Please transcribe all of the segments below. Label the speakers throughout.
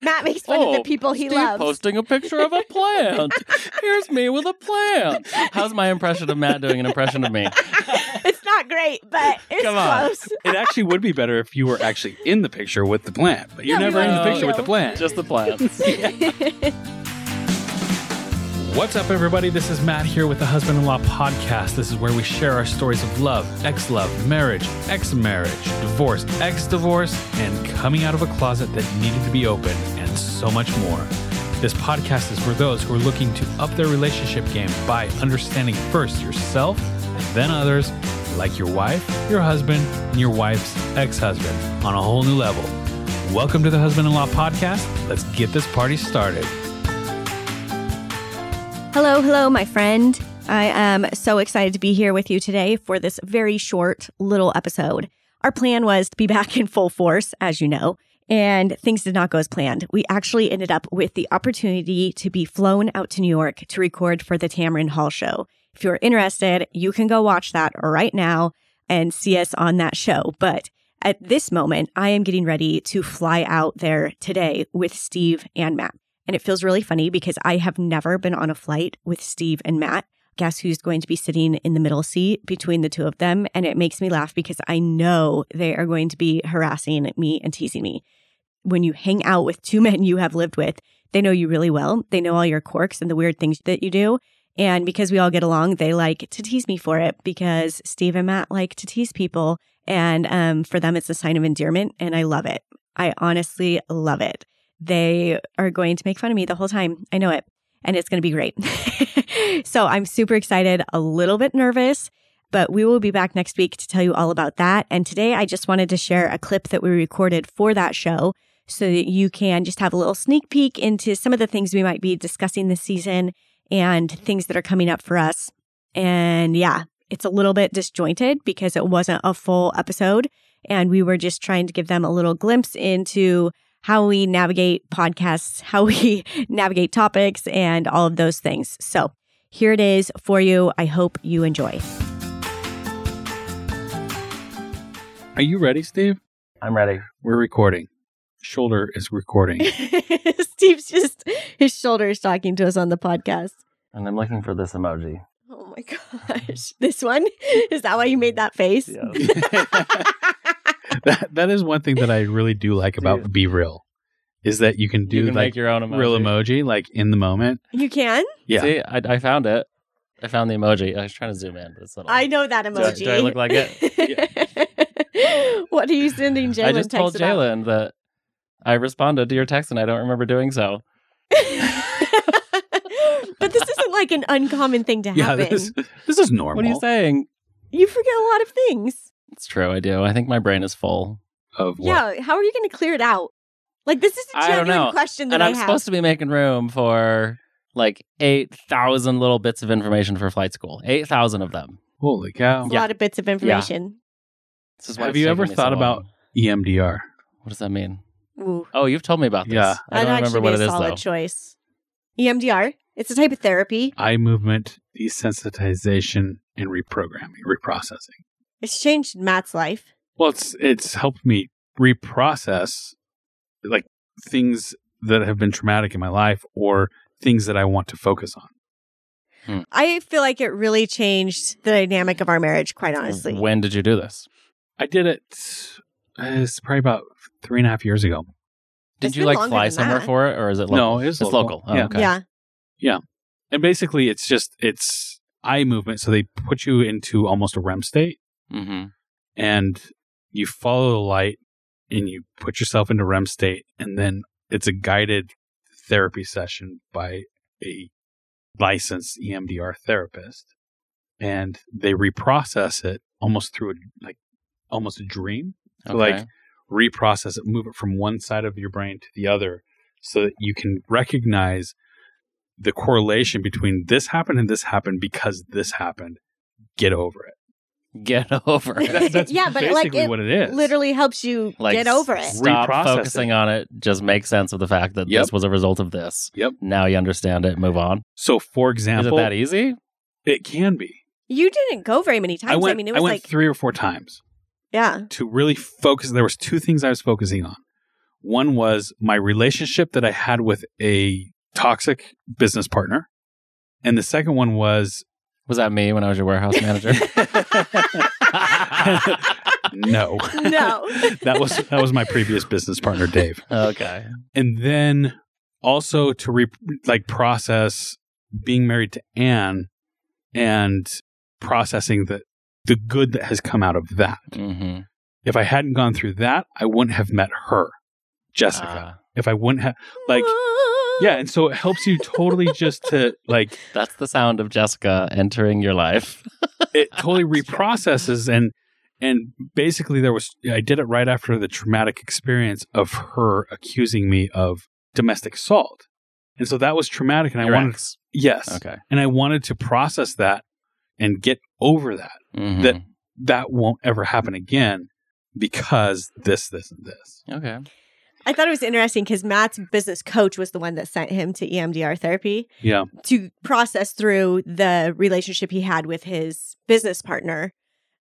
Speaker 1: not makes fun of the people he
Speaker 2: Oh, Steve
Speaker 1: loves.
Speaker 2: posting a picture of a plant. Here's me with a plant. How's my impression of Matt doing an impression of me?
Speaker 1: it's not great, but it's
Speaker 2: Come on.
Speaker 1: close.
Speaker 3: It actually would be better if you were actually in the picture with the plant, but you're
Speaker 1: Yeah, we
Speaker 3: never in the
Speaker 2: were.
Speaker 3: picture with the plant.
Speaker 2: Just the plants.
Speaker 4: What's up, everybody? This is Matt here with the Husband in Law Podcast. This is where we share our stories of love, ex love, marriage, ex marriage, divorce, ex divorce, and coming out of a closet that needed to be open, and so much more. This podcast is for those who are looking to up their relationship game by understanding first yourself, then others, like your wife, your husband, and your wife's ex husband, on a whole new level. Welcome to the Husband in Law Podcast. Let's get this party started.
Speaker 1: Hello, hello, my friend. I am so excited to be here with you today for this very short little episode. Our plan was to be back in full force, as you know, and things did not go as planned. We actually ended up with the opportunity to be flown out to New York to record for the Tamron Hall show. If you're interested, you can go watch that right now and see us on that show. But at this moment, I am getting ready to fly out there today with Steve and Matt. And it feels really funny because I have never been on a flight with Steve and Matt. Guess who's going to be sitting in the middle seat between the two of them? And it makes me laugh because I know they are going to be harassing me and teasing me. When you hang out with two men you have lived with, they know you really well. They know all your quirks and the weird things that you do. And because we all get along, they like to tease me for it because Steve and Matt like to tease people. And um, for them, it's a sign of endearment. And I love it. I honestly love it they are going to make fun of me the whole time. I know it. And it's going to be great. so I'm super excited, a little bit nervous, but we will be back next week to tell you all about that. And today I just wanted to share a clip that we recorded for that show so that you can just have a little sneak peek into some of the things we might be discussing this season and things that are coming up for us. And yeah, it's a little bit disjointed because it wasn't a full episode. And we were just trying to give them a little glimpse into how we navigate podcasts, how we navigate topics, and all of those things. So here it is for you. I hope you enjoy.
Speaker 3: Are you ready, Steve?
Speaker 2: I'm ready.
Speaker 3: We're recording. Shoulder is recording.
Speaker 1: Steve's just, his shoulder is talking to us on the podcast.
Speaker 2: And I'm looking for this emoji.
Speaker 1: Oh my gosh. This one? Is that why you made that face?
Speaker 2: Yes.
Speaker 3: that, that is one thing that I really do like about Be Real, is that you can do
Speaker 2: you can
Speaker 3: like
Speaker 2: make your own emoji.
Speaker 3: real emoji, like in the moment.
Speaker 1: You can?
Speaker 3: Yeah.
Speaker 2: See, I, I found it. I found the emoji. I was trying to zoom in. But it's not
Speaker 1: I know that
Speaker 2: Do I-
Speaker 1: emoji.
Speaker 2: do I look like
Speaker 1: it? what are you sending Jalen
Speaker 2: I just told
Speaker 1: text about?
Speaker 2: Jalen that I responded to your text and I don't remember doing so.
Speaker 1: but this isn't like an uncommon thing to
Speaker 3: Yeah,
Speaker 1: happen.
Speaker 3: this, this is normal.
Speaker 2: What are you saying?
Speaker 1: You forget a lot of things.
Speaker 2: It's true. I do. I think my brain is full.
Speaker 3: Of what?
Speaker 1: Yeah, how are you going to clear it out? Like this is a
Speaker 2: I don't
Speaker 1: genuine
Speaker 2: know.
Speaker 1: question that
Speaker 2: and
Speaker 1: I
Speaker 2: I'm
Speaker 1: have.
Speaker 2: supposed to be making room for like 8,000 little bits of information for flight school. 8,000 of them.
Speaker 3: Holy cow.
Speaker 1: It's a lot of bits of information.
Speaker 2: This is why
Speaker 3: Have
Speaker 2: it's
Speaker 3: you
Speaker 2: taking
Speaker 3: ever
Speaker 2: me so
Speaker 3: thought
Speaker 2: long.
Speaker 3: about- EMDR.
Speaker 2: what does that mean?
Speaker 1: Ooh,
Speaker 2: Oh, you've told me about this.
Speaker 3: Yeah.
Speaker 2: I don't
Speaker 1: that'd
Speaker 2: remember
Speaker 1: actually
Speaker 2: what
Speaker 1: be
Speaker 2: it
Speaker 1: a
Speaker 2: is
Speaker 1: solid
Speaker 2: though.
Speaker 1: choice. E EMDR. It's a type of therapy.
Speaker 3: Eye movement desensitization and reprogramming, reprocessing.
Speaker 1: It's changed Matt's life.
Speaker 3: Well, it's it's helped me reprocess like things that have been traumatic in my life or things that I want to focus on.
Speaker 1: I feel like it really changed the dynamic of our marriage. Quite honestly,
Speaker 2: When did you do this?
Speaker 3: I did it. Uh, it's probably about three and a half years ago.
Speaker 2: Did
Speaker 1: It's
Speaker 2: you
Speaker 1: been
Speaker 2: like
Speaker 1: longer
Speaker 2: fly
Speaker 1: than
Speaker 2: somewhere
Speaker 1: that.
Speaker 2: for it or is it local?
Speaker 3: No, it was
Speaker 2: it's local.
Speaker 3: local.
Speaker 2: Oh,
Speaker 3: Yeah.
Speaker 2: okay.
Speaker 1: yeah,
Speaker 3: And basically, it's just it's eye movement. So they put you into almost a REM state,
Speaker 2: hmm
Speaker 3: and you follow the light, and you put yourself into REM state, and then it's a guided therapy session by a licensed E EMDR therapist, and they reprocess it almost through a, like almost a dream.
Speaker 2: okay.
Speaker 3: Like reprocess it, move it from one side of your brain to the other so that you can recognize the correlation between this happened and this happened because this happened. Get over it.
Speaker 2: get over it.
Speaker 1: Yeah, but, like,
Speaker 3: basically
Speaker 1: it
Speaker 3: what it is.
Speaker 1: literally helps you
Speaker 2: Like
Speaker 1: get over
Speaker 2: s-
Speaker 1: it.
Speaker 2: Stop
Speaker 3: Reprocess
Speaker 2: focusing on it. Just make sense of the fact that
Speaker 3: Yep.
Speaker 2: this was a result of this.
Speaker 3: Yep.
Speaker 2: Now you understand it. Move on.
Speaker 3: So, for
Speaker 2: Is it
Speaker 3: example,
Speaker 2: that e- easy?
Speaker 3: it can be.
Speaker 1: You didn't go very many times.
Speaker 3: I went.
Speaker 1: I mean, it
Speaker 3: I
Speaker 1: was
Speaker 3: went
Speaker 1: like
Speaker 3: three or four times
Speaker 1: yeah,
Speaker 3: to really focus. There was two things I was focusing on. One was my relationship that I had with a toxic business partner. And the second one was
Speaker 2: Was that me when I was your warehouse manager?
Speaker 3: no.
Speaker 1: No.
Speaker 3: that was that was my previous business partner Dave.
Speaker 2: okay.
Speaker 3: And then also to re- like process being married to Anne and processing the the good that has come out of that.
Speaker 2: Mm-hmm.
Speaker 3: If I hadn't gone through that, I wouldn't have met her,
Speaker 2: Ah.
Speaker 3: Jessica. if I wouldn't have like yeah, and so it helps you totally just to like
Speaker 2: that's the sound of Jessica entering your life.
Speaker 3: it totally reprocesses and and basically there was I did it right after the traumatic experience of her accusing me of domestic assault. And so that was traumatic and I
Speaker 2: Your
Speaker 3: wanted
Speaker 2: ex.
Speaker 3: yes.
Speaker 2: Okay.
Speaker 3: And I wanted to process that and get over that.
Speaker 1: Mm-hmm.
Speaker 2: Mhm.
Speaker 3: That- That won't ever happen again because this this and this.
Speaker 2: okay.
Speaker 1: I thought it was interesting because Matt's business coach was the one that sent him to E EMDR therapy.
Speaker 3: Yeah.
Speaker 1: to process through the relationship he had with his business partner.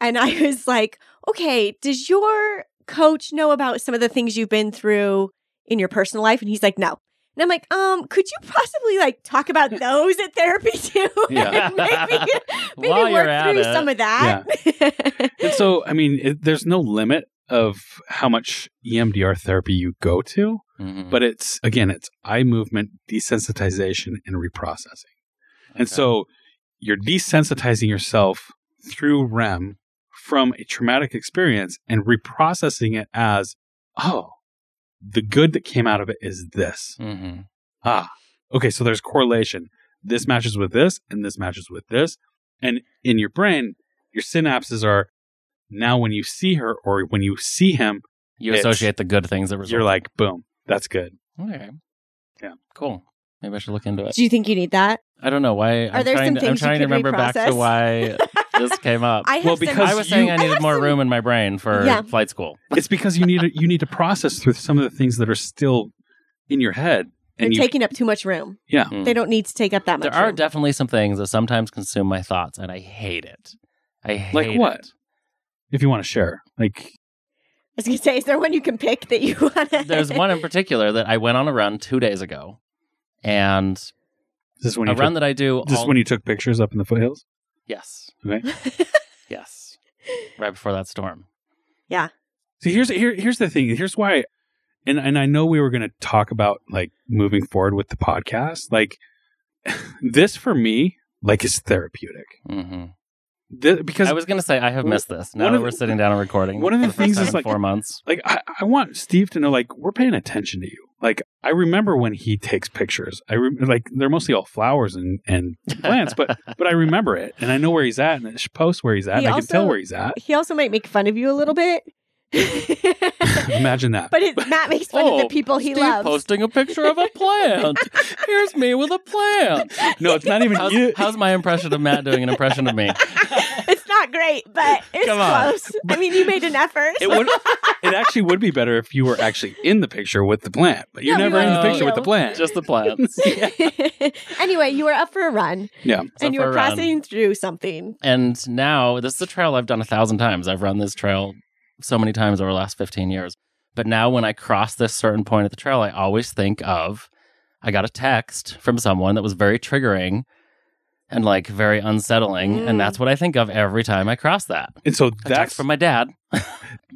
Speaker 1: And I was like, okay, does your coach know about some of the things you've been through in your personal life? And he's like, no. And I'm like, um, could you possibly like talk about those at therapy too?
Speaker 3: Yeah.
Speaker 1: And maybe maybe
Speaker 2: While you're
Speaker 1: work
Speaker 2: at
Speaker 1: through
Speaker 2: it.
Speaker 1: some of that.
Speaker 3: And so I mean it, there's no limit of how much E EMDR therapy you go to.
Speaker 2: Mhm.
Speaker 3: but it's again it's eye movement desensitization and reprocessing and
Speaker 2: Okay.
Speaker 3: so you're desensitizing yourself through rem from a traumatic experience and reprocessing it as oh the good that came out of it is this
Speaker 2: Mhm.
Speaker 3: ah okay so there's correlation this matches with this and this matches with this and in your brain your synapses are now when you see her or when you see him
Speaker 2: you
Speaker 3: it's-
Speaker 2: associate the good things that result.
Speaker 3: you're like boom that's good
Speaker 2: okay,
Speaker 3: Yeah.
Speaker 2: cool. Maybe I should look into it.
Speaker 1: Do you think you need that?
Speaker 2: I don't know why.
Speaker 1: Are
Speaker 2: I'm
Speaker 1: there
Speaker 2: trying
Speaker 1: some
Speaker 2: to, I'm
Speaker 1: things you
Speaker 2: trying to
Speaker 1: could
Speaker 2: remember back to
Speaker 1: reprocess?
Speaker 2: why this came up.
Speaker 1: I have
Speaker 3: Well,
Speaker 1: some-
Speaker 3: because
Speaker 2: I was
Speaker 3: you-
Speaker 2: saying I needed
Speaker 1: have
Speaker 2: more
Speaker 1: some-
Speaker 2: room in my brain for
Speaker 1: Yeah.
Speaker 2: flight school.
Speaker 3: it's because you need to, you need to process through some of the things that are still in your head
Speaker 1: they're
Speaker 3: and you
Speaker 1: taking up too much room.
Speaker 3: yeah
Speaker 1: They don't need to take up that much
Speaker 2: There are
Speaker 1: room.
Speaker 2: definitely some things that sometimes consume my thoughts, and I hate it. I hate
Speaker 3: Like what?
Speaker 2: it.
Speaker 3: if you want to share like
Speaker 1: I was gonna say, is there one you can pick that you want to
Speaker 2: There's one in particular that I went on a run two days ago, and
Speaker 3: this is when
Speaker 2: a
Speaker 3: you
Speaker 2: run
Speaker 3: took,
Speaker 2: that I do.
Speaker 3: this is
Speaker 2: all-
Speaker 3: when you took pictures up in the foothills
Speaker 2: yes,
Speaker 1: one
Speaker 2: yes, right before that storm.
Speaker 3: see here's here, here's the thing here's why and and I know we were going to talk about like moving forward with the podcast like this for me like is therapeutic
Speaker 2: hmm
Speaker 3: Th- because
Speaker 2: I was gonna say I have missed this. Now
Speaker 3: One
Speaker 2: that
Speaker 3: of
Speaker 2: we're
Speaker 3: the-
Speaker 2: sitting down and recording,
Speaker 3: one of the
Speaker 2: for first
Speaker 3: things
Speaker 2: time
Speaker 3: is,
Speaker 2: in
Speaker 3: like-
Speaker 2: four months.
Speaker 3: like I, I want Steve to know like we're paying attention to you like I remember when he takes pictures I re- like they're mostly all flowers and and plants but but I remember it, and I know where he's at, and it posts where he's at,
Speaker 1: He
Speaker 3: and I can
Speaker 1: also-
Speaker 3: tell where he's at.
Speaker 1: He also might make fun of you a little bit. but
Speaker 3: Imagine that.
Speaker 1: it, Matt makes fun of
Speaker 2: Oh,
Speaker 1: the people he
Speaker 2: Steve
Speaker 1: loves.
Speaker 2: posting a picture of a plant. Here's me with a plant.
Speaker 3: no, it's not even
Speaker 2: How's,
Speaker 3: you.
Speaker 2: how's my impression of Matt doing an impression of me?
Speaker 1: it's not great, but it's
Speaker 2: Come on.
Speaker 1: close. I mean, you made an effort.
Speaker 3: It would. It actually would be better if you were actually in the picture with the plant, but you're
Speaker 1: No, we
Speaker 3: never in the
Speaker 2: weren't.
Speaker 3: picture with the plant.
Speaker 2: Just the plants.
Speaker 1: anyway, you were up for a run
Speaker 3: yeah,
Speaker 2: Except
Speaker 1: and you were
Speaker 2: for a run.
Speaker 1: passing through something.
Speaker 2: And now this is a trail I've done a thousand times. I've run this trail so many times over the last 15 years. But now when I cross this certain point at the trail, I always think of I got a text from someone that was very triggering and like very unsettling.
Speaker 1: Mm.
Speaker 2: And that's what I think of every time I cross that.
Speaker 3: and so
Speaker 2: A text
Speaker 3: that's
Speaker 2: from my dad.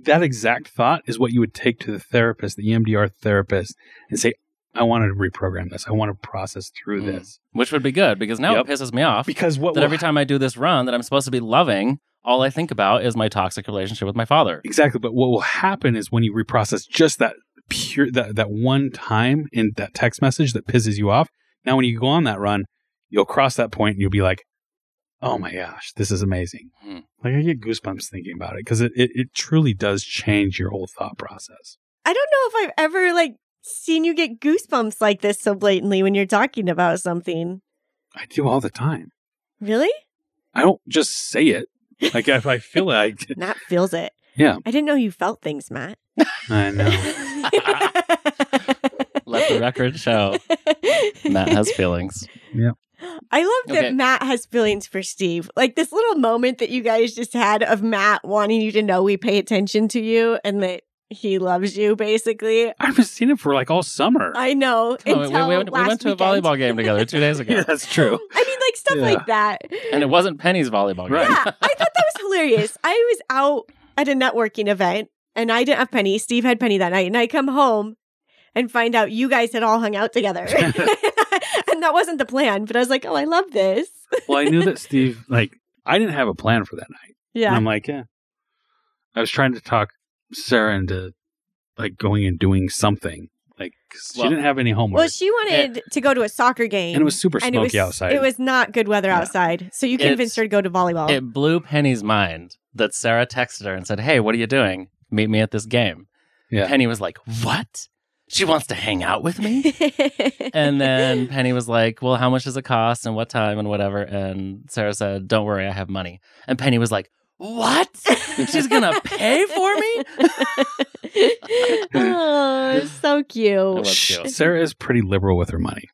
Speaker 3: that exact thought is what you would take to the therapist, the E EMDR therapist, and say, "I want to reprogram this. I want to process through
Speaker 2: Mm.
Speaker 3: this."
Speaker 2: Which would be good because now
Speaker 3: Yep.
Speaker 2: it pisses me off
Speaker 3: Because what
Speaker 2: that
Speaker 3: will
Speaker 2: every time I do this run that I'm supposed to be loving, all I think about is my toxic relationship with my father.
Speaker 3: Exactly. But what will happen is when you reprocess just that pure that, that one time in that text message that pisses you off, now when you go on that run, you'll cross that point and you'll be like, Oh my gosh, this is amazing.
Speaker 2: Hmm.
Speaker 3: Like I get goosebumps thinking about it because it, it, it truly does change your whole thought process.
Speaker 1: I don't know if I've ever like seen you get goosebumps like this so blatantly when you're talking about something.
Speaker 3: I do all the time.
Speaker 1: Really?
Speaker 3: I don't just say it. Like if I feel like
Speaker 1: Matt feels it.
Speaker 3: Yeah.
Speaker 1: I didn't know you felt things, Matt.
Speaker 3: I know.
Speaker 2: Let the record show Matt has feelings.
Speaker 1: I love that
Speaker 2: Okay.
Speaker 1: Matt has feelings for Steve. Like this little moment that you guys just had of Matt wanting you to know we pay attention to you and that he loves you, basically.
Speaker 3: I haven't seen him for like all summer.
Speaker 1: I know.
Speaker 2: No, Oh, we- we,
Speaker 1: until
Speaker 2: went, we
Speaker 1: last
Speaker 2: went to a
Speaker 1: weekend.
Speaker 2: volleyball game together two days ago,
Speaker 3: yeah, that's true.
Speaker 1: I mean, like stuff
Speaker 3: Yeah.
Speaker 1: like that.
Speaker 2: and it wasn't Penny's volleyball game.
Speaker 3: Right.
Speaker 1: Yeah, I thought that was hilarious. I was out at a networking event and I didn't have Penny. Steve had Penny that night. And I come home and find out you guys had all hung out together. and that wasn't the plan, but I was like, oh, I love this.
Speaker 3: Well, I knew that Steve, like, I didn't have a plan for that night. And
Speaker 1: Yeah.
Speaker 3: I'm like, yeah. I was trying to talk Sarah into like going and doing something. Like, 'cause
Speaker 2: Well-
Speaker 3: she didn't have any homework.
Speaker 1: Well, she wanted to go to a soccer game.
Speaker 3: and it was super
Speaker 1: and
Speaker 3: smoky
Speaker 1: it was,
Speaker 3: outside.
Speaker 1: It was not good weather
Speaker 3: Yeah.
Speaker 1: outside. So you convinced
Speaker 2: It's-
Speaker 1: her to go to volleyball.
Speaker 2: It blew Penny's mind that Sarah texted her and said, "Hey, what are you doing? Meet me at this game."
Speaker 3: Yeah.
Speaker 2: Penny was like, "What? She wants to hang out with me?" and then Penny was like, "Well, how much does it cost and what time and whatever?" And Sarah said, "Don't worry, I have money." And Penny was like, "What? She's going to pay for me?"
Speaker 1: oh, it's so
Speaker 2: It
Speaker 1: cute.
Speaker 2: was
Speaker 3: Shh,
Speaker 2: cute.
Speaker 3: Sarah is pretty liberal with her money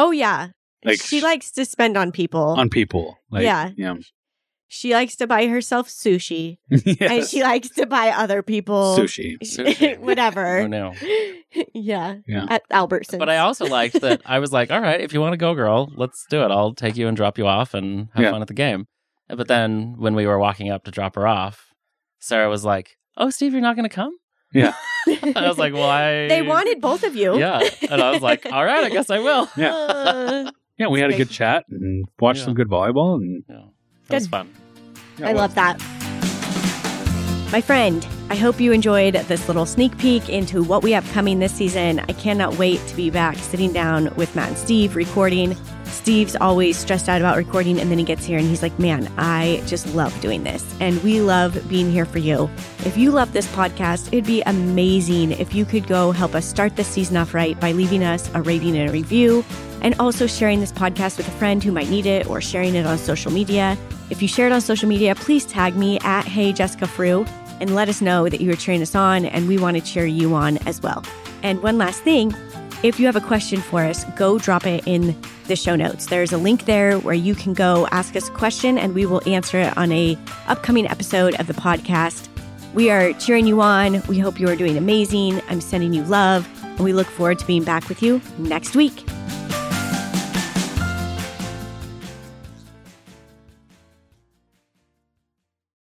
Speaker 1: Oh yeah.
Speaker 3: Like-
Speaker 1: she likes to spend on people.
Speaker 3: on people. Like,
Speaker 1: Oh. Yeah.
Speaker 3: Yeah.
Speaker 1: she likes to buy herself sushi. And
Speaker 3: yes.
Speaker 1: she likes to buy other people
Speaker 3: Sushi.
Speaker 2: Sushi. Oh
Speaker 1: Whatever.
Speaker 2: no.
Speaker 1: yeah.
Speaker 3: Yeah.
Speaker 1: At Albertsons.
Speaker 2: But I also liked that I was like, "All right, if you want to go, girl, let's do it. I'll take you and drop you off and have
Speaker 3: Yeah.
Speaker 2: fun at the game." But then when we were walking up to drop her off, Sarah was like, "Oh, Steve, you're not going to come?" I was like, "Well, I
Speaker 1: They wanted both of you.
Speaker 2: Yeah. And I was like, "All right, I guess I will."
Speaker 3: Yeah.
Speaker 1: Uh,
Speaker 3: Yeah. We had a
Speaker 1: Sushi.
Speaker 3: good chat and watched
Speaker 2: Yeah.
Speaker 3: some good volleyball. And
Speaker 2: Yeah. That was
Speaker 1: Good.
Speaker 2: fun.
Speaker 1: I love that. My friend, I hope you enjoyed this little sneak peek into what we have coming this season. I cannot wait to be back sitting down with Matt and Steve recording. Steve's always stressed out about recording, and then he gets here and he's like, Man, I just love doing this. And we love being here for you. If you love this podcast, it'd be amazing if you could go help us start this season off right by leaving us a rating and a review, and also sharing this podcast with a friend who might need it or sharing it on social media. If you share it on social media, please tag me at Hey Jessica Frew and let us know that you are cheering us on and we want to cheer you on as well. And one last thing, if you have a question for us, go drop it in the show notes. There's a link there where you can go ask us a question and we will answer it on a upcoming episode of the podcast. We are cheering you on. We hope you are doing amazing. I'm sending you love and we look forward to being back with you next week.